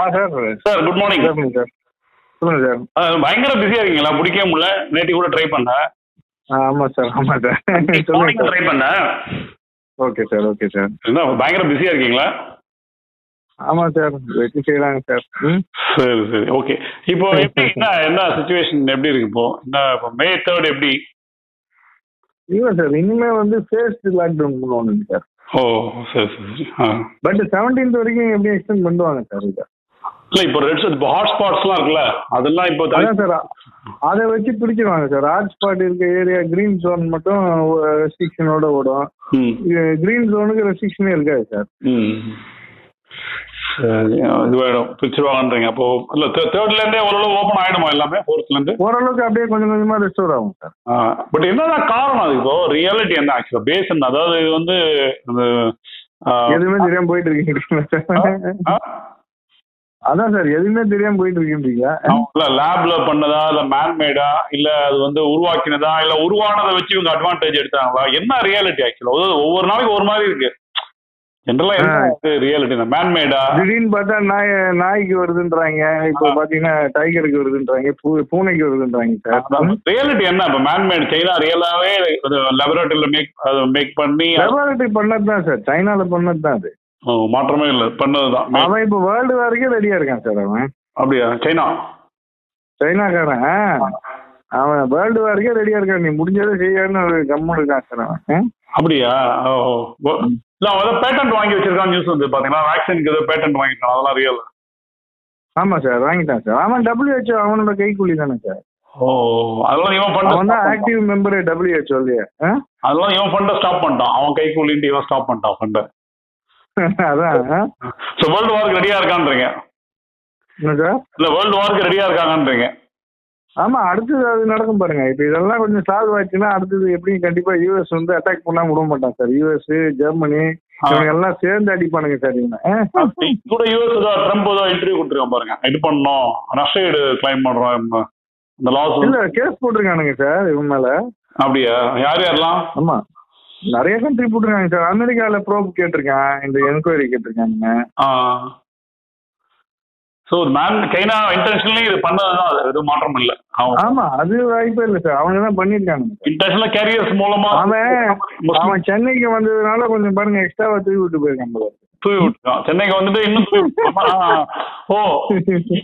ஆ sir sir good morning sir sir சொல்லுங்கள் sir பயங்கர பிஸியா இருக்கீங்களா பிடிக்கவே முடியல நேற்று கூட ட்ரை பண்ணேன் ஆ ஆமாம் சார் ஆமாம் சார் சொல்லுங்கள் மார்னிங் சார் ட்ரை பண்ணேன் ஓகே சார் ஓகே சார் என்ன பயங்கர பிஸியா இருக்கீங்களா ஆமாம் சார் வெற்றி செய்யலாங்க சார் ம் சரி சரி ஓகே இப்போ எப்படி என்ன என்ன சுச்சுவேஷன் எப்படி இருக்கு இப்போ என்ன இப்போ மே தேர்ட் எப்படி இல்லை சார் இனிமேல் வந்து ஃபேஸ்ட் லாக்டவுன் பண்ணுவாங்க சார் ஓ சரி சரி சரி ஆ பட் செவன்டீன்த் வரைக்கும் எப்படியும் எக்ஸ்டெண்ட் பண்ணுவாங்க சார் இதை இல்லை இப்போ ரெட் இப்போ ஹாட் ஸ்பாட்ஸ்லாம் இருக்குல்ல அதெல்லாம் இப்போ தனி- அதான் சார் அதை வச்சு பிடிச்சிருவாங்க சார் ஹாட் ஸ்பாட் இருக்க ஏரியா கிரீன் ஜோன் மட்டும் ரெஸ்ட்ரிக்ஷனோட ஓடும் ம் கிரீன் ஜோனுக்கு ரெஸ்ட்ரிக்ஷனே இருக்காது சார் ம் சரி ஆ, இதுவாயிடும் பிரிச்சிருவாங்கன்றீங்க அப்போ இல்லை தேர்ட்லேருந்தே ஓரளவு ஓப்பன் ஆகிடுமா எல்லாமே ஃபோர்த்லேருந்து ஓரளவுக்கு அப்படியே கொஞ்சம் கொஞ்சமா ரெஸ்டோர் ஆகும் சார் பட் என்னதான் காரணம் அது இப்போ ரியாலிட்டி என்ன ஆக்சுவலா பேஸ் என்ன அதாவது இது வந்து அது, ஆ, எதுவுமே தெரியாம போயிட்டு இருக்கீங்களா சார் ஆ, அதான் சார் எதுவுமே தெரியாம போயிட்டு இருக்கீங்களா அவங்க இல்ல லேப்ல பண்ணதா இல்ல மேன்மேடா இல்ல அது வந்து உருவாக்கினதா இல்ல உருவானதை வச்சு இவங்க அட்வான்டேஜ் எடுத்தாங்களா என்ன ரியாலிட்டி ஆக்சுவலா ஒவ்வொரு நாளைக்கு ஒரு மாதிரி இருக்கு ஜென்ரலா என்ன ரியாலிட்டி இந்த மேன்மேடா திடீர்னு பார்த்தா நாய் நாய்க்கு வருதுன்றாங்க இப்போ பாத்தீங்கன்னா டைகருக்கு வருதுன்றாங்க பூ- பூனைக்கு வருதுன்றாங்க சார் ரியாலிட்டி என்ன இப்ப மேன்மேட் சைனா ரியலாவே லெபரேட்டரியில மேக் மேக் பண்ணி லெபார்டரி பண்ணது தான் சார் சைனால பண்ணது தான் அது ஓ, மாற்றமே இல்ல பண்ணதுதான் Make- அவன் இப்போ வேர்ல்டு வரைக்கும் ரெடியா இருக்கான் சார் அவன் அப்படியா சைனா சைனாக்காரன் அவன் வேர்ல்டு வரைக்கும் ரெடியா இருக்கான் நீ முடிஞ்சதை செய்யான்னு ஒரு கம்மு இருக்கான் சார் அவன் ஆ? அப்படியா ஓ ஓ. இல்ல அவன் ஏதோ பேட்டன்ட் வாங்கி வச்சிருக்கான் நியூஸ் வந்து பாத்தீங்கன்னா வேக்சினுக்கு ஏதோ பேட்டன்ட் வாங்கிட்டான் அதெல்லாம் ரியல் ஆமா சார் வாங்கிட்டான் சார் அவன் டபிள்யூஹெச்ஓ அவனோட கைக்கூலி தானே சார் ஓ அதெல்லாம் இவன் ஃபண்ட் அவன் தான் ஆக்டிவ் மெம்பர் டபிள்யூஹெச்ஓ இல்லையா ஆ? அதெல்லாம் இவன் ஃபண்டை ஸ்டாப் பண்ணிட்டான் அவன் கை கூலின்ட்டு இவன் ஸ்டாப் பண்ணிட்டான் ஃபண்டை அதான் ஆ? ஸோ வேர்ல்டு வார்க்கு ரெடியா இருக்கான்றீங்க என்ன சார் இல்ல வேர்ல்டு வார்க்கு ரெடியா இருக்காங்கன்றீங்க ஆமா அடுத்தது அது நடக்கும் பாருங்க இப்போ இதெல்லாம் கொஞ்சம் சால்வ் ஆச்சுன்னா அடுத்தது எப்படியும் கண்டிப்பா யூஎஸ் வந்து அட்டாக் பண்ணாம விட மாட்டான் சார் யூஎஸ் ஜெர்மனி ஆ. இவங்க எல்லாம் சேர்ந்து அடிப்பானுங்க சார் இவங்க ஆ? இன்னைக்கு கூட யூஎஸ் ஏதோ ட்ரம்ப் ஏதோ இன்டர்வியூ கொடுத்துருக்கான் பாருங்க இது பண்ணோம் நஷ்டஈடு கிளைம் பண்றோம் நம்ம. இந்த லாஸ் இல்ல கேஸ் போட்டிருக்கானுங்க சார் இவன் மேல அப்படியா யார் யாரெல்லாம் ஆமா நிறைய கண்ட்ரி போட்டிருக்காங்க சார் அமெரிக்கால ப்ரோப் கேட்டிருக்கான் இந்த என்கொயரி கேட்டிருக்காங்க ஸோ மேன் சைனா இன்டர்நேஷனலி இது பண்ணதுதான் அது எதுவும் மாற்றம் இல்லை அவன் ஆமா அது வாய்ப்பே இல்லை சார் அவங்க தான் பண்ணியிருக்காங்க இன்டர்நேஷனல் கேரியர்ஸ் மூலமா அவன் முஸ்லிம் அவன் சென்னைக்கு வந்ததுனால கொஞ்சம் பாருங்க எக்ஸ்ட்ராவா தூவி விட்டு போயிருக்கான் போல இருக்கு. தூவி விட்டுருக்கான் சென்னைக்கு வந்துட்டு இன்னும் தூவி விட்டுருக்கான். ஆ, ஓ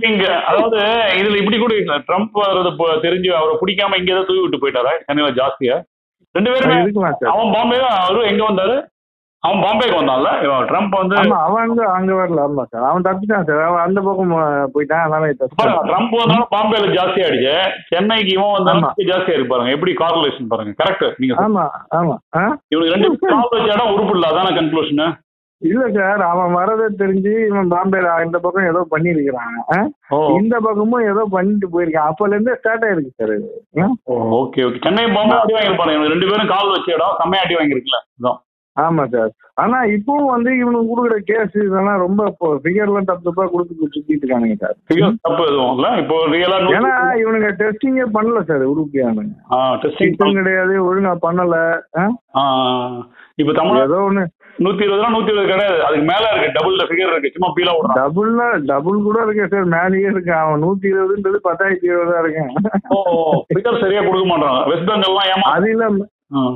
நீங்க அதாவது இதுல இப்படி கூட இருக்கு. ட்ரம்ப் வர்றது ப- தெரிஞ்சு அவரை பிடிக்காம இங்க ஏதோ தூவி விட்டு போயிட்டாரா சென்னையில ஜாஸ்தியா ரெண்டு அது பேருமே இருக்கலாம் சார் அவன் பாம்பே அவரும் எங்க வந்தாரு அவன் பாம்பேக்கு வந்தான்ல இவன் ட்ரம்ப் வந்து ஆமா அவன் அங்க அங்க வரல ஆமா சார் அவன் தப்பிட்டான் சார் அவன் அந்த பக்கம் அஹ், போயிட்டான் அதனால பாருங்க, தப்பிட்டான் ட்ரம்ப் வந்தாலும் பாம்பேல ஜாஸ்தி ஆயிடுச்சு சென்னைக்கு இவன் ஆமா. வந்தாலும் ஜாஸ்தி ஆயிருக்கு பாருங்க எப்படி கார்லேஷன் பாருங்க கரெக்ட் நீங்க சொல்றது. ஆமா ஆமா ஆ இவனுக்கு ரெண்டு கால் வச்ச இடம் உருப்பு இல்ல அதான கன்க்ளூஷன் இல்ல சார் அவன் வரதை தெரிஞ்சு இவன் பாம்பே இந்த பக்கம் ஏதோ பண்ணிருக்கிறான் ஆ? ஓ இந்த பக்கமும் ஏதோ பண்ணிட்டு போயிருக்கான் அப்பல இருந்தே ஸ்டார்ட் ஆயிருக்கு சார் இது ஆ? ஓகே ஓகே சென்னை பாம்பே அடி வாங்கியிருப்பாரு இவனுக்கு ரெண்டு பேரும் கால் வச்ச இடம் செம்மையா அடி வாங்கியிருக்குல்ல அதான் ஆமா சார் ஆனா இப்பவும் வந்து இவனுக்கு கொடுக்குற கேஸ் இதெல்லாம் ரொம்ப ஃபிகர் எல்லாம் தப்பு தப்பா கொடுத்து சுத்திட்டு இருக்கானுங்க சார் figures தப்பு எதுவும் இல்ல இப்போ ரியலா ஏன்னா இவனுங்க டெஸ்டிங்கே பண்ணல சார் உருப்பியானுங்க டெஸ்டிங் டெஸ்டிங் கிடையாது ஒழுங்கா பண்ணல ஆ? இப்போ தமிழ் ஏதோ ஒண்ணு நூத்தி இருபது ரூபா நூத்தி இருபது கிடையாது அதுக்கு மேல இருக்கு டபுள் ஃபிகர் இருக்கு சும்மா பீலா விடுறான் டபுள்ல டபுள் கூட இருக்கு சார் மேலேயே இருக்கு அவன் நூத்தி இருபதுன்றது பத்தாயிரத்தி இருபதா இருக்கேன் ஓ ஃபிகர் சரியா கொடுக்க மாட்டாங்க வெஸ்ட் பெங்கால்லாம் ஏமா அது இல்லாம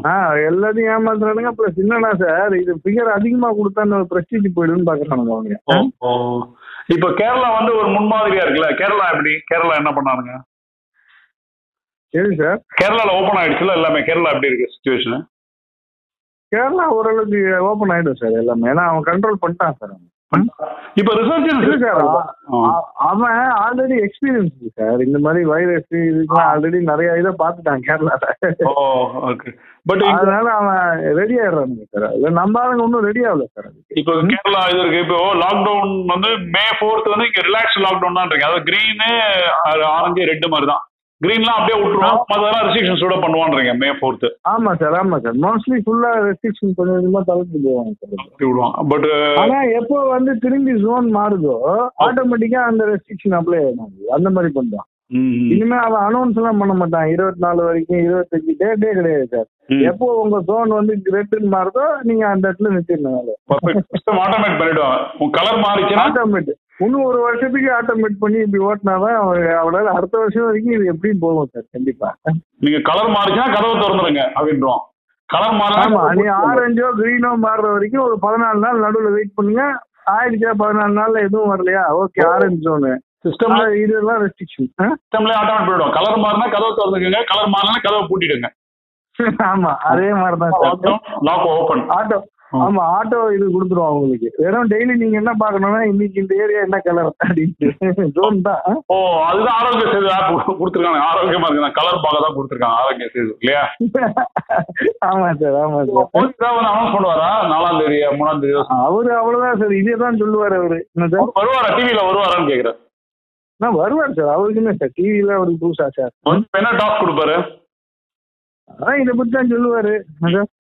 ஆ எல்லாத்தையும் ஏமாத்துறானுங்க அப்புறம் என்னன்னா சார் இது ஃபிகர் அதிகமா கொடுத்தா நம்ம பிரஸ்டீஜ் போயிடுன்னு பாக்குறானுங்க அவங்க இப்போ கேரளா வந்து ஒரு முன்மாதிரியா இருக்குல்ல கேரளா எப்படி கேரளா என்ன பண்ணானுங்க சரி சார் கேரளால ஓபன் ஆயிடுச்சுல எல்லாமே கேரளா எப்படி இருக்கு சுச்சுவேஷன் கேரளா ஓரளவுக்கு ஓப்பன் ஆயிடும் சார் எல்லாமே ஏன்னா அவன் கண்ட்ரோல் பண்ணிட்டான் சார் அவன். இப்போ ரிசர்ஜன்ஸ் இல்ல சார் அ- அவன் ஆல்ரெடி எக்ஸ்பீரியன்ஸ் சார் இந்த மாதிரி வைரஸ் இதுக்கெல்லாம் ஆல்ரெடி நிறைய இதை பார்த்துட்டான் கேரளால ஓ ஓகே பட் அதனால அவன் ரெடி ஆயிடுறானுங்க சார் இல்ல நம்ம ஆளுங்க ஒன்றும் ரெடி ஆகல சார் அது இப்போ கேரளா இது இருக்கு இப்போ லாக்டவுன் வந்து மே ஃபோர்த் வந்து இங்க ரிலாக்ஸ் லாக்டவுன் தான் இருக்கு அதாவது கிரீனு ஆரஞ்சு ரெட்டு மாதிரி தான் கிரீன்லாம் அப்படியே விட்டுருவோம் மற்றதெல்லாம் ரெஸ்ட்ரிக்ஷன்ஸோட பண்ணுவான்றீங்க மே ஃபோர்த்து ஆமா சார் ஆமா சார் மோஸ்ட்லி ஃபுல்லா ரெஸ்ட்ரிக்ஷன் கொஞ்சம் கொஞ்சமா தளர்த்து போவாங்க சார் அப்படி விடுவாங்க பட் ஆனா எப்போ வந்து திரும்பி ஜோன் மாறுதோ ஆட்டோமேட்டிக்கா அந்த ரெஸ்ட்ரிக்ஷன் அப்ளை ஆயிடும் அந்த மாதிரி பண்றான் இனிமே அவன் அனௌன்ஸ் எல்லாம் பண்ண மாட்டான் இருபத்தி நாலு வரைக்கும் இருபத்தஞ்சு டே டே கிடையாது சார் எப்போ உங்க ஜோன் வந்து ரெட்டுன்னு மாறுதோ நீங்க அந்த இடத்துல நிறுத்திடணும் பர்ஃபெக்ட் சிஸ்டம் ஆட்டோமேட் பண்ணிடுவாங்க உங்க கலர் மாறிச்சுன்னா ஆட்டோமேட்டிக் இன்னும் ஒரு வருஷத்துக்கு ஆட்டோமேட் பண்ணி இப்படி ஓட்டினாதான் அவர் அவரால் அடுத்த வருஷம் வரைக்கும் இது எப்படியும் போகும் சார் கண்டிப்பா நீங்க கலர் மாறிச்சுன்னா கதவை திறந்துருங்க அப்படின்றோம் கலர் ஆமா நீ மாறலாம் ஆரஞ்சோ கிரீனோ மாறுற வரைக்கும் ஒரு பதினாலு நாள் நடுவுல வெயிட் பண்ணுங்க ஆயிடுச்சா பதினாலு நாள்ல எதுவும் வரலையா ஓகே ஆரஞ்சு ஜோனு சிஸ்டம்ல இதெல்லாம் ரெஸ்ட்ரிக்ஷன் சிஸ்டம்ல ஆட்டோமேட் போயிடும் கலர் மாறினா கதவை திறந்துக்கங்க கலர் மாறலாம் கதவை பூட்டிடுங்க ஆமா அதே மாதிரிதான் சார் லாக் ஓபன் ஆட்டோ ஆமா ஆட்டோ இது கொடுத்துருவோம் அவங்களுக்கு வெறும் டெய்லி நீங்க என்ன பாக்கணும்னா இன்னைக்கு இந்த ஏரியா என்ன கலர் அப்படின்ட்டு ஜோன் தான் ஆ? ஓ அதுதான் ஆரோக்கிய சேது ஆப் கொடுத்துருக்காங்க ஆரோக்கியமா இருக்கு கலர் பார்க்க தான் கொடுத்துருக்காங்க ஆரோக்கிய சேது இல்லையா ஆமா சார் ஆமா சார் மோடி தான் அனௌன்ஸ் பண்ணுவாரா நாலாம் தேதி மூணாம் தேதி அவரு அவ்வளவுதான் சார் இதே தான் சொல்லுவாரு அவரு என்ன சார் அவர் வருவாரா டிவில வருவாரான்னு கேக்குறேன் நான் வருவார் சார் அவருக்குமே சார் டிவில அவருக்கு புதுசா சார் வந்து என்ன டாஸ்க் கொடுப்பாரு ஆனா இதை பத்தி தான் சொல்லுவாரு என்ன சார்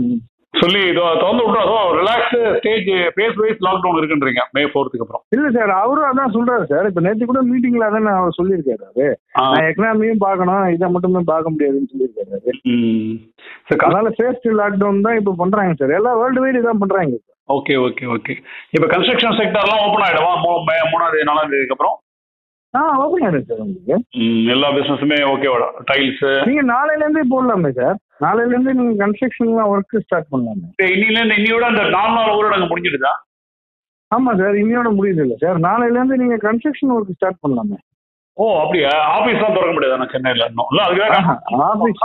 ம். சொல்லி இதோ திறந்து விட்டுறோ relax stage phase wise lockdown இருக்குன்றீங்க மே ஃபோர்த்துக்கு அப்புறம் இல்ல சார் அவரும் அதான் சொல்றாரு சார் இப்ப நேத்து கூட மீட்டிங்ல அதான் அவர் சொல்லியிருக்காரு அவரு ஆ, நான் எக்கனாமியும் பார்க்கணும் இதை மட்டுமே பார்க்க முடியாதுன்னு சொல்லியிருக்காரு அவரு. ம். சரி கலர் அதனால சேஃப்டி லாக்டவுன் தான் இப்ப பண்றாங்க சார் எல்லா வேர்ல்டு வைடு தான் பண்றாங்க ஓகே ஓகே ஓகே இப்போ கன்ஸ்ட்ரக்ஷன் செக்டர்லாம் ஓப்பன் ஆகிடுமா மூணாம் தேதி நாலாம் தேதிக்கு அப்புறம் ஆ ஓப்பன் ஆயிடும் சார் உங்களுக்கு ம், எல்லா பிஸ்னஸுமே ஓகேவாடா டைல்ஸு நீங்க நாளையில இருந்தே போடலாமே சார் நாளையில இருந்து நீங்க கன்ஸ்ட்ரக்ஷன்லாம் ஒர்க் ஸ்டார்ட் பண்ணலாமே இன்னிலேருந்து இன்னியோட அந்த நாலு நாள் ஊரடங்கு முடிஞ்சிடுதா ஆமா சார் இன்னையோட முடியுது இல்ல சார் நாளையில இருந்து நீங்க கன்ஸ்ட்ரக்ஷன் ஒர்க் ஸ்டார்ட் பண்ணலாமே ஓ அப்படியா ஆஃபீஸ்லாம் திறக்க முடியாது நான் சென்னையில் இன்னும் இல்லை அதுக்காக ஆபீஸ்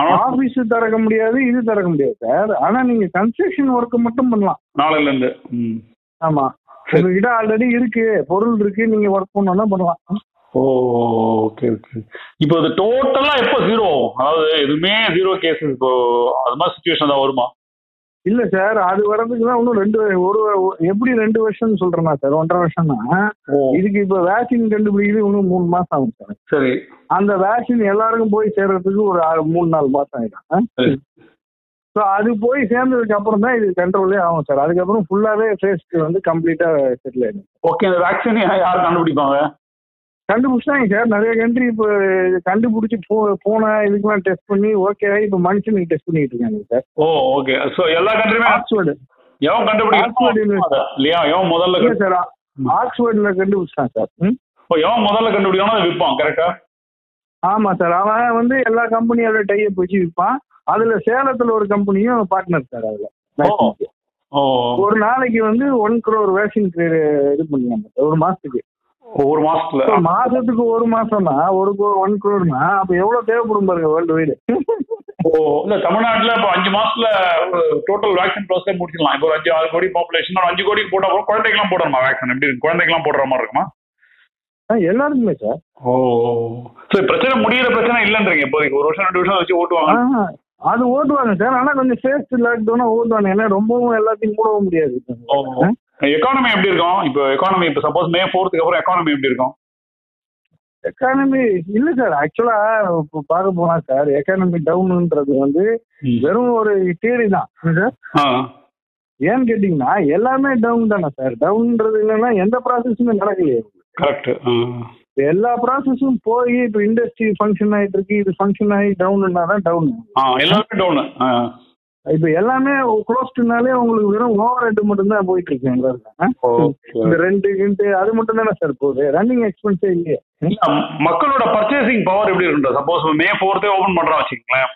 ஆனால் ஆபீஸ் திறக்க முடியாது இது திறக்க முடியாது சார் ஆனா நீங்க கன்ஸ்ட்ரக்ஷன் ஒர்க் மட்டும் பண்ணலாம் நாளையிலேருந்து ம் ஆமா சரி. உங்ககிட்ட ஆல்ரெடி இருக்கு பொருள் இருக்கு நீங்க ஒர்க் பண்ணணும்னா பண்ணலாம் ஓ ஓகே ஓகே இப்போ இது டோட்டலாக எப்போ ஜீரோ ஆகும் அதாவது எதுவுமே ஜீரோ கேஸஸ் இப்போ அது மாதிரி சுச்சுவேஷன் தான் வருமா இல்ல சார் அது வரதுக்கு தான் இன்னும் ரெண்டு ஒரு எப்படி ரெண்டு வருஷம்னு சொல்றேன்னா சார் ஒன்றரை வருஷம்னா ஓ இதுக்கு இப்ப வேக்சின் கண்டுபிடிக்கிறது இன்னும் மூணு மாசம் ஆகும் சார் சரி அந்த வேக்சின் எல்லாருக்கும் போய் சேர்றதுக்கு ஒரு ஆறு- மூணு நாலு மாசம் சரி. ஆயிடும் ஸோ அது போய் சேர்ந்ததுக்கு அப்புறம் தான் இது கண்ட்ரோலே ஆகும் சார் அதுக்கப்புறம் ஃபுல்லாவே ஃபேஸ்க்கு வந்து கம்ப்ளீட்டா செட்டில் ஆயிடும் ஓகே இந்த வேக்சின் யார் கண்டுபிடிப்பாங்க கண்டுபிடிச்சாங்க சார் நிறைய கண்ட்ரி இப்போ இது கண்டுபிடிச்சி போ போன இதுக்கெல்லாம் டெஸ்ட் பண்ணி ஓகே இப்போ மனுஷனுக்கு டெஸ்ட் பண்ணிட்டு இருக்காங்க சார் ஓ ஓகே ஸோ எல்லா கண்ட்ரியுமே ஆக்ஸ்ஃபோர்டு எவன் ஆக்ஸ்ஃபோர்டு கண்டுபிடிக்கிறான் இல்லை இல்லையா எவன் முதல்ல கண்டு- சார் Hmm. ஆக்ஸ்ஃபோர்டில் கண்டுபிடிச்சான் சார் ம் இப்போ எவன் முதல்ல கண்டுபிடிக்கணும் அதை விற்பான் கரெக்டா ஆமா சார் அவன் வந்து எல்லா கம்பெனியோட டைப் வச்சு விற்பான் அதுல சேலத்துல ஒரு கம்பெனியும் பார்ட்னர் சார் அதுல vaccine-க்கு. ஓ ஒரு நாளைக்கு வந்து ஒன் crore வேக்சின் இது பண்ணுவாங்க ஒரு மாசத்துக்கு ஒரு மாசத்துல So, மாசத்துக்கு ஒரு மாசம்னா ஒரு ஒன் crore-னா அப்ப எவ்வளவு தேவைப்படும் பாருங்க வேர்ல்டு வைடு ஓ இல்ல தமிழ்நாட்டுல இப்போ அஞ்சு மாசத்துல டோட்டல் வேக்சின் ப்ரோசஸ் முடிச்சிடலாம் இப்போ ஒரு அஞ்சு ஆறு கோடி பாப்புலேஷன் அஞ்சு கோடிக்கு போட்டா கூட குழந்தைக்கெல்லாம் போடுறோமா வேக்சின் எப்படி இருக்கு குழந்தைக்கெல்லாம் போடுற மாதிரி இருக்குமா எல்லாருக்குமே சார் ஓ சரி பிரச்சனை முடியிற பிரச்சனை இல்லைன்றீங்க இப்போதைக்கு ஒரு வருஷம் ரெண்டு வருஷம் வச்சு ஓட்டுவாங்க அது ஓட்டுவாங்க சார் ஆனா கொஞ்சம் சேஃப்டி லாக்டவுனா ஓட்டுவாங்க ஏன்னா ரொம்பவும் எல்லாத்தையும் மூடவும் முடியாது ஓ. எக்கானமி எப்படி இருக்கும் இப்போ எக்கானமி இப்போ சப்போஸ் மே ஃபோர்த்துக்கு அப்புறம் எக்கானமி எப்படி இருக்கும் எக்கானமி இல்ல சார் ஆக்சுவலா பார்க்க போனா சார் எக்கானமி டவுன்ன்றது வந்து வெறும் ஒரு தியரி தான் சார் ஆ ஏன்னு கேட்டீங்கன்னா எல்லாமே டவுன் தானே சார் டவுன்ன்றது என்னன்னா எந்த ப்ராசஸுமே நடக்கலையே கரெக்ட் இப்ப எல்லா ப்ராசஸும் போய் இப்போ இண்டஸ்ட்ரி ஃபங்க்ஷன் ஆயிட்டு இருக்கு இது ஃபங்க்ஷன் ஆகி டவுன்னா தான் டவுன் ஆ எல்லாமே டவுனு ஆ இப்போ எல்லாமே க்ளோஸ்டுனாலே உங்களுக்கு வெறும் ஓவர் ஹெட் மட்டும் தான் போயிட்டு இருக்கு எங்க இருந்தா. ஓகே இந்த ரெண்டு கிண்டு அது மட்டும் தானே சார் போகுது ரன்னிங் எக்ஸ்பென்ஸே இல்லையே ம- மக்களோட பர்ச்சேசிங் பவர் எப்படி இருக்கும் சப்போஸ் மே ஃபோர்த்தே ஓபன் பண்றோம் வச்சுக்கோங்களேன்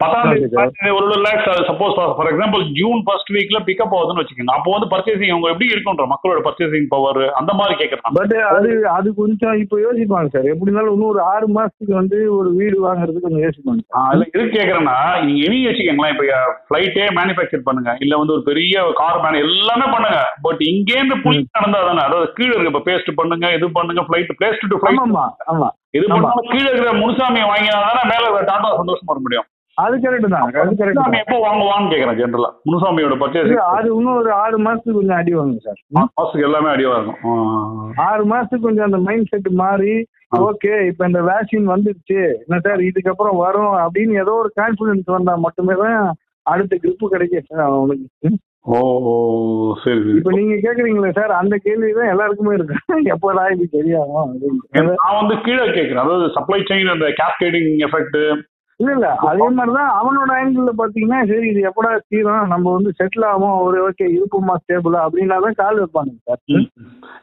பத்தாம் தேதி Okay, sir. பத்தாம் தேதி ஒரு lakhs suppose for example June first வீக்ல பிக்கப் ஆகுதுன்னு வச்சுக்கோங்க அப்போ வந்து பர்ச்சேசிங் அவங்க எப்படி இருக்குன்ற மக்களோட பர்ச்சேசிங் பவர் அந்த மாதிரி கேட்கறாங்க பட் அது அது கொஞ்சம் இப்போ யோசிப்பாங்க சார் எப்படி இருந்தாலும் இன்னும் ஒரு ஆறு மாசத்துக்கு வந்து ஒரு வீடு வாங்குறதுக்கு கொஞ்சம் யோசிப்பாங்க அதுல எது கேட்கறேன்னா நீங்க இனி வச்சுக்கோங்களேன் இப்ப ஃபிளைட்டே மேனுஃபேக்சர் பண்ணுங்க இல்ல வந்து ஒரு பெரிய கார் மேனு எல்லாமே பண்ணுங்க பட் இங்கேருந்து புள்ளி நடந்தா தானே அதாவது கீழே இருக்கு இப்ப பேஸ்ட் பண்ணுங்க இது பண்ணுங்க ஃபிளைட் பேஸ்ட் டு ஃபிளைட் ஆமாமா ஆமா இது ஆமா. பண்ணாலும் கீழே இருக்கிற முனுசாமியை வாங்கினா தானே மேல இருக்கிற டாடா சந்தோஷமா இருக்க முடியும் அது கரெக்ட் தான் அது கரெக்ட் முனுசாமி எப்போ வாங்குவான்னு கேக்குறேன் ஜென்ரலா முனுசாமியோட பர்ச்சேஸ் அது இன்னும் ஒரு ஆறு மாசத்துக்கு கொஞ்சம் அடி வாங்க சார் மாசுக்கு எல்லாமே அடிவா இருக்கும் ஆ. ஆறு மாசத்துக்கு கொஞ்சம் அந்த மைண்ட் செட் மாறி ஆ. ஓகே இப்ப இந்த வேக்சின் வந்துருச்சு என்ன சார் இதுக்கப்புறம் வரும் அப்படின்னு ஏதோ ஒரு கான்பிடன்ஸ் வந்தா மட்டுமே தான் அடுத்த கிரிப்பு கிடைக்கும் சார் அவனுக்கு ம். ஓ ஓ, சரி இப்ப சரி நீங்க கேக்குறீங்களே சார் அந்த கேள்வி தான் எல்லாருக்குமே இருக்கு எப்படா இது சரியாகும் அப்படின்னு நான் வந்து கீழே கேட்கறேன் அதாவது சப்ளை செயின் அந்த கேஸ்கேடிங் எஃபெக்ட் இல்ல இல்ல அதே மாதிரிதான் அவனோட ஆங்கிள் பாத்தீங்கன்னா சரி இது எப்படா தீரும் நம்ம வந்து செட்டில் ஆகும் ஒரு ஓகே இருப்போமா ஸ்டேபிளா அப்படின்னா தான் கால் வைப்பாங்க சார்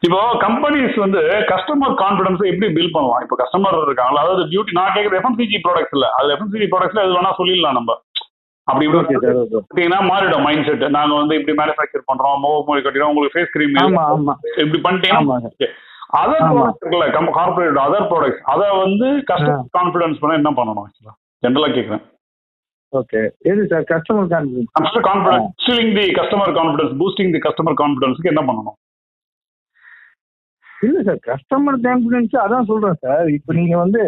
இப்போ கம்பெனிஸ் வந்து கஸ்டமர் கான்ஃபிடன்ஸ் எப்படி பில்ட் பண்ணலாம் இப்போ கஸ்டமர் இருக்காங்களா அதாவது பியூட்டி நான் கேட்குறது எஃப்எம்சிஜி ப்ராடக்ட்ஸ் இல்ல அது எஃப்எம்சிஜி ப்ராடக்ட்ஸ்ல அது வேணா சொல்லிடலாம் நம்ம அப்படி ஓகே இப்படி சார் ஓகே பார்த்தீங்கன்னா மாறிடும் மைண்ட் செட் நாங்க வந்து இப்படி மேனுஃபேக்சர் பண்றோம் முகம் மொழி கட்டிடும் உங்களுக்கு ஃபேஸ் கிரீம் ஆமா ஆமா இப்படி பண்ணிட்டீங்கன்னா ஆமா சார் அதர் ஆமா. ப்ராடக்ட் இருக்குல்ல கார்பரேட் அதர் ப்ராடக்ட்ஸ் அதை வந்து கஸ்டமர் கான்ஃபிடன்ஸ் பண்ண என்ன பண்ணணும் ஆக்சுவலா ஜென்ரலா கேட்குறேன் ஓகே எது sir customer confidence customer confidence ஸ்டிலிங் the customer confidence boosting the customer கான்ஃபிடன்ஸ்க்கு என்ன பண்ணணும் இல்ல சார் கஸ்டமர் கான்ஃபிடன்ஸ் அதான் சொல்றேன் சார் இப்போ நீங்க வந்து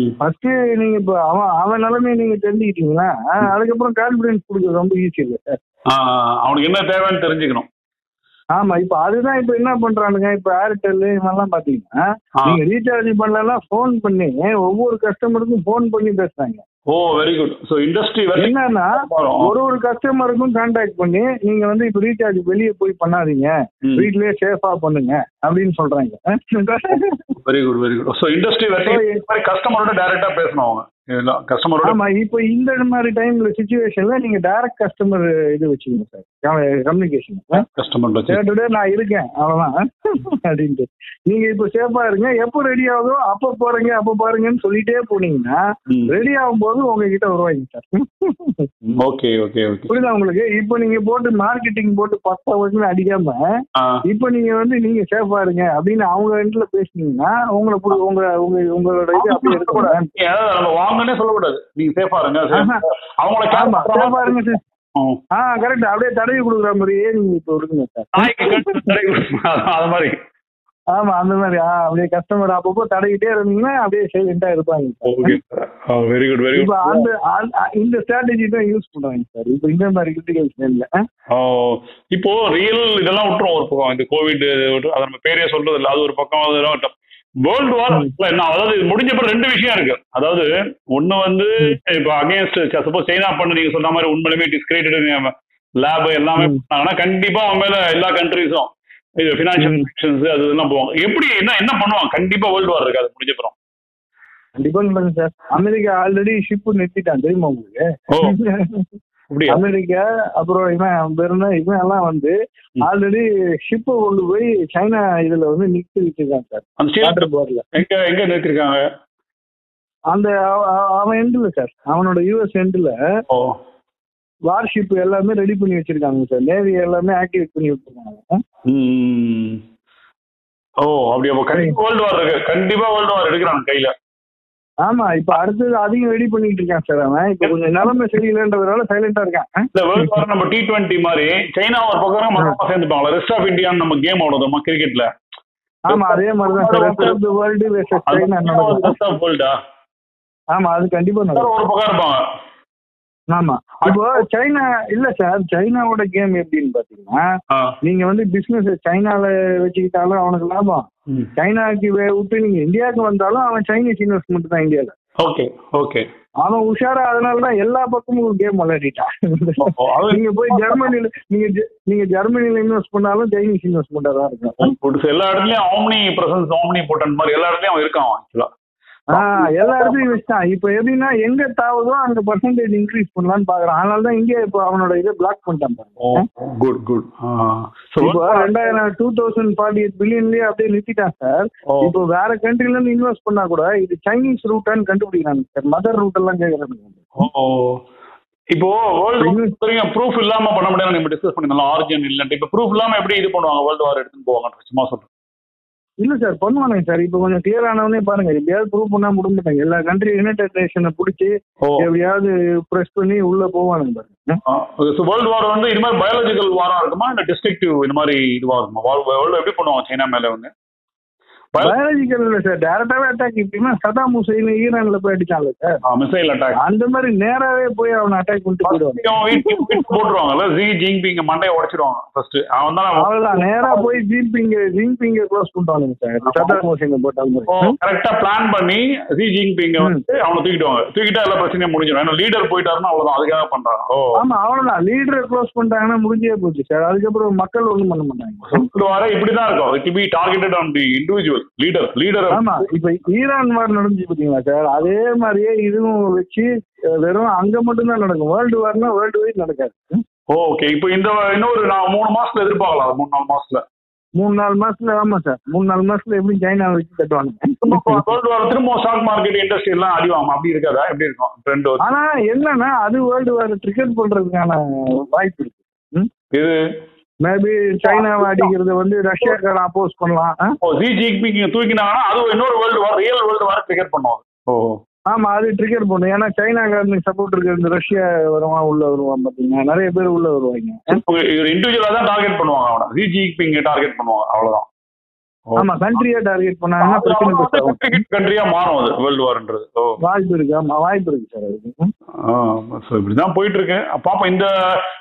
ம். ஃபர்ஸ்ட் நீங்க இப்போ அவன் அவன் நிலைமையை நீங்க தெரிஞ்சுக்கிட்டீங்கன்னா அதுக்கப்புறம் கான்ஃபிடன்ஸ் கொடுக்குறது ரொம்ப ஈஸி இல்லை சார் ஆஹ், அவனுக்கு என்ன தேவைன்னு தெரிஞ்சுக்கணும் ஆமா இப்போ அதுதான் இப்போ என்ன பண்றானுங்க இப்போ ஏர்டெல் இவெல்லாம் பாத்தீங்கன்னா ஆ. நீங்க ரீசார்ஜ் பண்ணலாம் ஃபோன் பண்ணி ஒவ்வொரு கஸ்டமருக்கும் ஃபோன் பண்ணி பேசுறாங்க ஓ வெரி குட் ஸோ இண்டஸ்ட்ரி வரைக்கும் என்னன்னா வரும். ஒரு ஒரு கஸ்டமருக்கும் கான்டாக்ட் பண்ணி நீங்க வந்து இப்போ ரீசார்ஜ் வெளியே போய் பண்ணாதீங்க ம். வீட்லயே சேஃபா பண்ணுங்க அப்படின்னு சொல்றாங்க very good very good so industry வரைக்கும் இந்த மாதிரி கஸ்டமரோட டைரக்டா பேசணும் அவங்க இல்ல, கஸ்டமரோட ஆமா இப்போ இந்த மாதிரி டைம்ல சுச்சுவேஷன்ல நீங்க டைரக்ட் கஸ்டமர் இது வச்சுக்கணும் சார் கம்யூனிகேஷன் கஸ்டமர் வச்சு டுடே நான் இருக்கேன் அவ்வளவுதான் அப்படின்ட்டு நீங்க இப்போ சேஃபா இருங்க எப்போ ரெடி ஆகுதோ அப்ப போறீங்க அப்ப பாருங்கன்னு சொல்லிட்டே போனீங்கன்னா ரெடி ஆகும்போது உங்ககிட்ட வருவாங்க சார் ஓகே ஓகே ஓகே புரியுதா உங்களுக்கு இப்போ நீங்க போட்டு மார்க்கெட்டிங் போட்டு பத்து வருஷம் அடிக்காம இப்போ நீங்க வந்து நீங்க சேஃபா இருங்க அப்படின்னு அவங்க இடத்துல பேசுனீங்கன்னா உங்களை புடி- உங்க உங்க உங்களோட இது அப்படி இருக்கக்கூடாது நம்ம வாங்கன்னே சொல்லக்கூடாது நீங்க சேஃபா இருங்க ஆஹா. safe- அவங்கள ஆமா சேஃபா கேட்பாருங்க இருங்க சார் ஆ கரெக்ட் அப்படியே தடவி கொடுக்குற மாதிரியே நீங்க இப்போ இருக்குங்க சார் நாய்க்கு கட்டு தடவி கொடுக்கணும். அது- அது மாதிரி ஆமா அந்த மாதிரி ஆ அப்படியே கஸ்டமர் அப்பப்போ தடவிட்டே இருந்தீங்கன்னா அப்படியே சைலண்டா இருப்பாங்க sir okay very good very இப்ப குட் அந்த அந்த- இந்த ஸ்ட்ராட்டஜி தான் யூஸ் பண்றாங்க சார் இப்ப இந்த மாதிரி கிரிட்டிக்கல் ஸ்டேட்ல இப்போ ரியல் இதெல்லாம் விட்டுரும் ஒரு பக்கம் இந்த கோவிட் அதை நம்ம பேரே சொல்றது இல்ல அது ஒரு பக்கம் அதெல்லாம் விட்டோம் வேர்ல்டு வார் என்ன அதாவது இது முடிஞ்ச அப்புறம் ரெண்டு விஷயம் இருக்கு அதாவது ஒண்ணு வந்து இப்போ அகேன்ஸ்ட் சப்போஸ் சைனா பண்ண நீங்க சொன்ன மாதிரி உண்மையிலுமே இட் இஸ் கிரியேட்டட் லேப் எல்லாமே ம். பண்ணாங்கன்னா கண்டிப்பா அவன் மேல எல்லா கண்ட்ரீஸும் இது ஃபினான்ஷியல் ம். ஆக்ஷன்ஸ் அது இதெல்லாம் போவாங்க எப்படி என்ன என்ன பண்ணுவாங்க கண்டிப்பா வேர்ல்டு வார் இருக்கு அது முடிஞ்ச அப்புறம் டிபெண்ட் பண்ணுங்க சார் அமெரிக்கா ஆல்ரெடி ஷிப் நிறுத்திட்டான் தெரியுமா உங்களுக்கு ஓ அப்படியா அமெரிக்கா அப்புறம் இவன் பெருனா இவன் எல்லாம் வந்து ம். ஆல்ரெடி ஷிப்பை கொண்டு போய் சைனா இதுல வந்து நிறுத்தி வச்சிருக்கான் சார் அந்த சீனா வாட்டர் போர்ட்ல எங்க எங்க நிறுத்திருக்காங்க அந்த அவ- அவ- அவன் எண்டுல சார் அவனோட யூஎஸ் எண்டுல ஓ வார்ஷிப் எல்லாமே ரெடி பண்ணி வச்சிருக்காங்க சார் நேவி எல்லாமே ஆக்டிவேட் பண்ணி வச்சிருக்காங்க ம். ஓ அப்படி அப்போ கண்டிப்பா வேர்ல்டு வார் இருக்கு கண்டிப்பா வேர்ல்டு வார் எடுக்கிறான் கையில ஆமா இப்ப அடுத்தது அதையும் ரெடி பண்ணிட்டு இருக்கான் சார் அவன் இப்ப கொஞ்சம் நிலைமை சரியில்லைன்றதுனால சைலண்டா இருக்கான் ஆ? இந்த வேர்ல்டு வார் நம்ம டி டுவெண்ட்டி மாதிரி சைனா ஒரு பக்கம் மொத்தமா சேர்ந்துப்பாங்களா ரெஸ்ட் ஆஃப் இந்தியான்னு நம்ம கேம் ஆடுதோமா கிரிக்கெட்ல ஆமா அதே மாதிரிதான் sir rest of the world versus China நடக்கும் ரெஸ்ட் ஆஃப் வேர்ல்டா ஆமா அது கண்டிப்பா நடக்கும் ஒரு பக்கம் இருப்பாங்க ஆமா இப்போ சைனா இல்ல சார் சைனாவோட கேம் எப்படின்னு பாத்தீங்கன்னா ஆ. நீங்க வந்து பிசினஸ் சைனால வச்சுக்கிட்டாலும் அவனுக்கு லாபம் ம். சைனாக்கு வே- விட்டு நீங்க இந்தியாவுக்கு வந்தாலும் அவன் சைனீஸ் இன்வெஸ்ட்மெண்ட் தான் இந்தியால ஓகே ஓகே அவன் உஷாரா அதனால தான் எல்லா பக்கமும் கேம் விளையாடிட்டான் ஓ, அது நீங்க போய் ஜெர்மனில நீங்க ஜெ- நீங்க ஜெர்மனில இன்வெஸ்ட் பண்ணாலும் சைனீஸ் இன்வெஸ்ட்மெண்டா தான் இருக்கும் ஒரு எல்லா இடத்துலயும் ஆம்னி பிரசன்ஸ் ஆம்னி போட்டன் மாதிரி எல்லா இடத்துலயும் அவன் இருக்கான் ஆக்சுவலா ஆஹ் எல்லா இடத்துலயும் வச்சுட்டான் இப்ப எப்படின்னா எங்க தாவுதோ அங்க பர்சன்டேஜ் இன்க்ரீஸ் பண்ணலாம்னு பாக்குறான் அதனால தான் இங்கே இப்போ அவனோட இதை பிளாக் பண்ணிட்டான் பாருங்க ஓ குட் குட் இப்போ ரெண்டாயிரம் டூ தௌசண்ட் ஃபார்ட்டி எயிட் பில்லியன்லயே அப்படியே நிறுத்திட்டான் சார் இப்போ வேற கண்ட்ரில இருந்து இன்வெஸ்ட் பண்ணா கூட இது சைனீஸ் ரூட்டான்னு கண்டுபிடிக்கிறாங்க சார் மதர் ரூட் எல்லாம் கேக்குறாங்க ஓ இப்போ வேர்ல்டு ப்ரூஃப் இல்லாம பண்ண முடியாது நம்ம டிஸ்கஸ் பண்ணிருந்தோம் ஆரிஜின் இல்லன்ட்டு இப்போ ப்ரூஃப் இல்லாம எப்படி இது பண்ணுவாங்க வேர்ல்டு வார் எடுத்துன்னு போவாங்க சும்மா சொல்றேன் இல்ல சார் பண்ணுவானுங்க சார் இப்போ கொஞ்சம் கிளியர் ஆனவனே பாருங்க எப்படியாவது ப்ரூவ் பண்ணா முடிய மாட்டாங்க எல்லா கண்ட்ரி யுனைடெட் நேஷனை பிடிச்சி ஓ எப்படியாவது ப்ரெஸ் பண்ணி உள்ள போவானுங்க பாருங்க ஸோ வேர்ல்டு வார் வந்து இது மாதிரி பயாலஜிக்கல் வாரா இருக்குமா இல்ல டிஸ்ட்ரக்டிவ் இந்த மாதிரி இதுவா இருக்குமா வேர்ல்டு எப்படி பண்ணுவாங்க சைனா மேல வந்து பயாலஜிக்கல் இல்ல சார் டேரக்டாவே அட்டாக் இப்படின்னா சதாம் ஹுசைன் ஈரான்ல போய் அடிச்சான்ல சார் மிசைல் அட்டாக் அந்த மாதிரி நேராவே போய் அவனை அட்டாக் பண்ணிட்டு போயிடுவாங்க போட்டுருவாங்கல்ல ஜி ஜிங்பிங்க மண்டையை உடைச்சிருவாங்க ஃபர்ஸ்ட் அவன் தான் அவ்வளவுதான் நேரா போய் ஜின்பிங்க ஜின்பிங்க க்ளோஸ் பண்ணிட்டானுங்க சார் சதாம் ஹுசைன் போட்டாங்க கரெக்டா பிளான் பண்ணி ஜி ஜின்பிங்க வந்து அவனை தூக்கிடுவாங்க தூக்கிட்டா எல்லா பிரச்சனையும் முடிஞ்சிடும் ஏன்னா லீடர் போயிட்டாருன்னா அவ்வளவுதான் அதுக்காக பண்றாங்க ஓ ஆமா அவ்வளவுதான் லீடரை க்ளோஸ் பண்ணிட்டாங்கன்னா முடிஞ்சே போச்சு சார் அதுக்கப்புறம் மக்கள் ஒண்ணும் பண்ண மாட்டாங்க சொல்லுவாரு இப்படிதான் இருக்கும் it be targeted on the individual leader leader leader ஆமா இப்ப ஈரான் வார் நடந்துச்சு பாத்தீங்களா சார் அதே மாதிரியே இதுவும் வச்சு அஹ், வெறும் அங்க மட்டும்தான் நடக்கும் வேர்ல்டு வார்னா வேர்ல்டு வைட் நடக்காது ஓகே Oh, இப்போ இந்த இன்னொரு நான் மூணு மாசத்துல எதிர்பார்க்கலாம் அது மூணு நாலு மாசத்துல மூணு நாலு மாசத்துல ஆமா சார் மூணு நாலு மாசத்துல எப்படி சைனா வச்சு கட்டுவாங்க வேர்ல்டு வார் திரும்ப ஸ்டாக் மார்க்கெட் இண்டஸ்ட்ரி எல்லாம் அடிவாமா அப்படி இருக்காதா எப்படி இருக்கும் ட்ரெண்ட் ஆனா என்னன்னா அது வேர்ல்டு வார் ட்ரிகர் பண்றதுக்கான வாய்ப்பு இருக்கு இது மேபி சைனாவை அடிக்கிறத வந்து ரஷ்யாக்கான அப்போஸ் பண்ணலாம் ஆ? ஓ ஜி ஜிபிக்கு தூக்கினாங்கன்னா அது இன்னொரு world war real world war create பண்ணுவாங்க ஓ ஆமா அது ட்ரிகர் பண்ணும் ஏன்னா சைனாக்காரனுக்கு சப்போர்ட் இருக்கிற இந்த ரஷ்யா வருவான் உள்ள வருவான் பாத்தீங்கன்னா நிறைய பேர் உள்ள வருவாங்க இவர் இண்டிவிஜுவலா தான் டார்கெட் பண்ணுவாங்க அவனை ஜி ஜிபிங்க டார்கெட் பண்ணுவாங்க அவ்வளவுதான் ஆமா கண்ட்ரியா டார்கெட் பண்ணாங்கன்னா பிரச்சனை பெருசாகும். கண்ட்ரியா மாறும் அது வேர்ல்டு வார்ன்றது ஓ வாய்ப்பு இருக்கு ஆமா வாய்ப்பு இருக்கு சார் அதுக்கு ஸோ இப்படிதான் போயிட்டு இருக்கு பாப்பா இந்த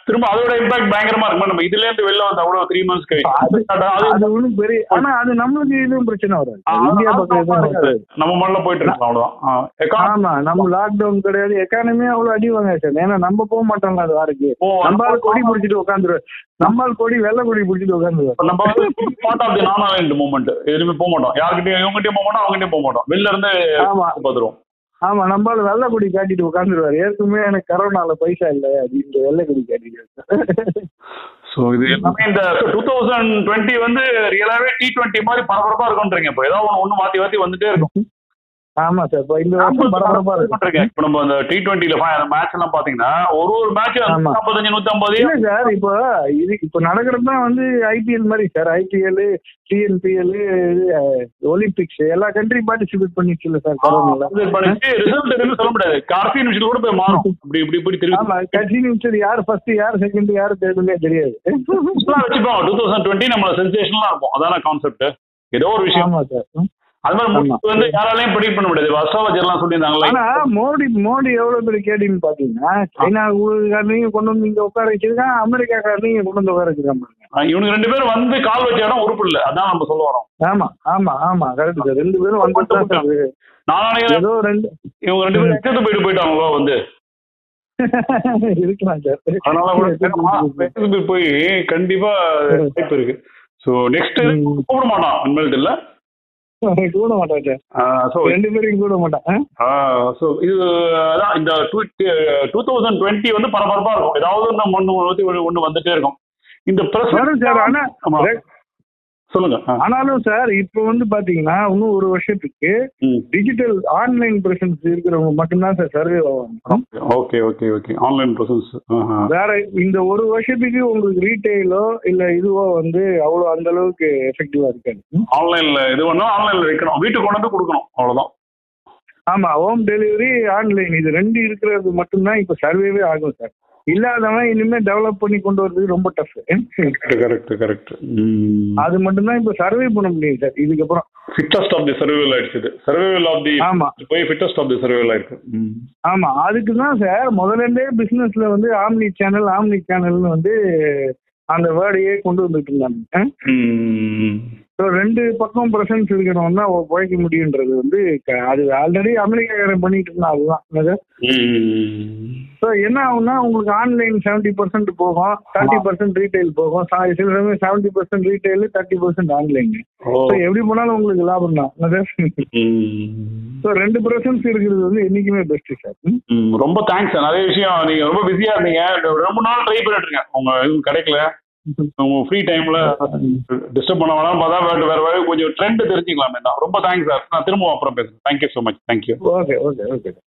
திரும்ப அதோட இம்பாக்ட் பயங்கரமா இருக்குமா நம்ம இதுல இருந்து வெளில வந்தா கூட த்ரீ மந்த்ஸ் கழிச்சு அது- அது அது ஒண்ணும் பெரிய ஆனா அது நம்மளுக்கு எதுவும் பிரச்சனை வராது ஆ, இந்தியா அது பக்கம் எதுவும் சாப்பாடு வராது நம்ம முதல்ல போயிட்டு இருக்கோம் அவ்வளவுதான் ஆ, economy ஆமா நம்ம லாக்டவுன் கிடையாது எக்கானமியே அவ்வளவு அடிவாங்க சார் ஏன்னா நம்ம போக மாட்டோம்ல அது வாருக்கு ஓ, நம்ம நம்மால் கொடி பிடிச்சிட்டு உட்காந்துருவாரு நம்மால் கொடி வெள்ளை கொடி பிடிச்சிட்டு உட்காந்துருவாரு நம்ம part of the non aligned movement எதுவுமே போக மாட்டோம் யார்கிட்டயும் இவங்ககிட்டயும் போக மாட்டோம் அவங்ககிட்டயும் போக மாட்டோம் வெளில இருந்து ஆமா பார்த்துருவோம் ஆமா நம்மால் வெள்ளை கொடி காட்டிட்டு உட்காந்துருவாரு ஏற்கனவே எனக்கு கரோனால பைசா இல்ல அப்படின்ற வெள்ளை கொடி காட்டிட்டு ஸோ இது எல்லாமே இந்த டூ தௌசண்ட் டுவெண்ட்டி வந்து ரியலாவே டி டுவெண்ட்டி மாதிரி பரபரப்பா இருக்கும்ன்றீங்க இப்போ ஏதாவது ஒன்று ஒன்று மாற்றி மாற்றி வந்துட்டே இருக்கும் ஆமா சார் இப்ப இந்த வருஷம் பரபரப்பா இருக்கும் இருக்குன்றீங்க இப்போ நம்ம அந்த டி டுவெண்ட்டில மேட்ச் எல்லாம் பார்த்தீங்கன்னா ஒரு ஒரு மேட்ச் ஆமா. நாற்பத்தஞ்சு நூற்றம்பது இல்ல சார் இப்போ இது இப்ப நடக்கிறதுதான் வந்து ஐபிஎல் மாதிரி சார் ஐபிஎல் டிஎன்பிஎல் ஒலிம்பிக்ஸ் எல்லா கண்ட்ரி பார்ட்டிசிபேட் பண்ணிச்சுல சார் கரோனால ரிசல்ட் எதுவும் சொல்ல முடியாது கடைசி நிமிஷத்துல கூட போய் மாறும் இப்படி இப்படி இப்படி திரும்பி ஆமா கட்சி நிமிஷம் யார் ஃபர்ஸ்ட் யார் செகண்ட் யார் தேர்டுன்னே தெரியாது சிம்பிளா வச்சுப்பாங்க டூ தௌசண்ட் டுவெண்ட்டி நம்மள சென்சேஷனலா இருக்கும் அதான கான்செப்ட் ஏதோ ஒரு விஷயம் ஆமா சார் அது மாதிரி ஆமா. முடிவு வந்து யாராலையும் predict பண்ண முடியாது அஸ்ட்ராலஜர் எல்லாம் சொல்லியிருந்தாங்களே ஆனா மோடி மோடி எவ்வளவு பெரிய கேடின்னு பாத்தீங்கன்னா சைனா ஊருக்காரனையும் கொண்டு வந்து இங்க உட்கார வச்சிருக்கான் அமெரிக்காக்காரனையும் கொண்டு வந்து உட்கார வச்சிருக்கான் பாருங்க. இவனுக்கு ரெண்டு பேரும் வந்து கால் வச்ச இடம் உறுப்பு இல்ல அதான் நம்ம சொல்ல வரோம் ஆமா ஆமா ஆமா கரெக்ட் சார் ரெண்டு பேரும் வந்துட்டு தான் சார் நானே ஏதோ ரெண்டு இவங்க ரெண்டு பேரும் எக்ஸத்து போயிட்டு போயிட்டாங்களோ வந்து இருக்கலாம் சார் அதனால கூட எக்ஸத்து போய் போய் கண்டிப்பா வாய்ப்பு இருக்கு சோ நெக்ஸ்ட் ம். கூப்பிட மாட்டான் இனிமேல்ட்டு இல்ல கூட மாட்டான் சார் சோ ரெண்டு பேரும் கூட மாட்டான் ஆ? சோ இது அதான் இந்த டூ தௌசண்ட் டுவெண்ட்டி வந்து பரபரப்பா இருக்கும் ஏதாவது நம்ம ஒன்று ஒன்று வந்துட்டே இருக்கும் இந்த வரும் சார் பிரஸ் ஆனா ஆமா ரெ- சொல்லுங்க ஆ. ஆனாலும் சார் இப்ப வந்து பாத்தீங்கன்னா இன்னும் ஒரு வருஷத்துக்கு ம். டிஜிட்டல் ஆன்லைன் பிரசன்ஸ் இருக்கிறவங்க மட்டும்தான் சார் சர்வே ஆவாங்க okay okay okay online process வேற இந்த ஒரு வருஷத்துக்கு உங்களுக்கு ரீட்டைலோ இல்ல இதுவோ வந்து அவ்வளவு அந்த அளவுக்கு எஃபெக்டிவா இருக்காது ஆன்லைன்ல இது பண்ணா ஆன்லைன்ல வைக்கணும் வீட்டுக்கு கொண்டு வந்து கொடுக்கணும் அவ்வளவுதான் ஆமா ஹோம் டெலிவரி ஆன்லைன் இது ரெண்டு இருக்கிறது மட்டும்தான் இப்ப சர்வேவே ஆகும் சார் இல்லாதவன் இனிமே டெவலப் பண்ணி கொண்டு வரது ரொம்ப டஃப் கரெக்ட் கரெக்ட் அது மட்டும்தான் இப்ப சர்வே பண்ண முடியும் சார் இதுக்கப்புறம் ஃபிட்டஸ்ட் ஆஃப் தி சர்வைவல் ஆயிடுச்சு இது சர்வைவல் ஆஃப் தி ஆமா போய் ஃபிட்டஸ்ட் ஆஃப் தி சர்வைவல் ஆயிருக்கு ஆமா அதுக்கு தான் சார் முதல்ல இருந்தே பிசினஸ்ல வந்து ஆம்னி சேனல் ஆம்னி சேனல்னு வந்து அந்த வேர்டையே கொண்டு வந்துட்டு இருந்தாங்க ஸோ ரெண்டு பக்கம் பிரசன்ஸ் இருக்கிறவன் தான் உ- உழைக்க முடியுன்றது வந்து க- அது ஆல்ரெடி அமெரிக்காக்காரன் பண்ணிட்டு இருந்தான் அதுதான் ஸோ என்ன ஆகும்னா உங்களுக்கு ஆன்லைன் செவன்டி பர்சன்ட் போகும் தேர்ட்டி பர்சன்ட் ரீட்டைல் போகும் சா- சில சமயம் seventy percent retail thirty percent online so எப்படி போனாலும் உங்களுக்கு லாபம் தான் ஸோ ரெண்டு பிரசன்ஸ் இருக்கிறது வந்து என்னைக்குமே பெஸ்ட் சார் ம்? ரொம்ப தேங்க்ஸ் சார் நிறைய விஷயம் நீங்க ரொம்ப பிஸியா இருந்தீங்க ரொம்ப நாள் ட்ரை பண்ணிட்டு இருக்கேன் உங்க இதுவும் கிடைக்கல உங்க ஃப்ரீ டைம்ல டிஸ்டர்ப் பண்ண வேணாம் பார்த்தா வேற வேற வேற கொஞ்சம் ட்ரெண்ட் தெரிஞ்சுக்கலாமே தான் ரொம்ப தேங்க்ஸ் சார் நான் திரும்ப அப்புறம் பேசுறேன் thank you so much thank you okay okay okay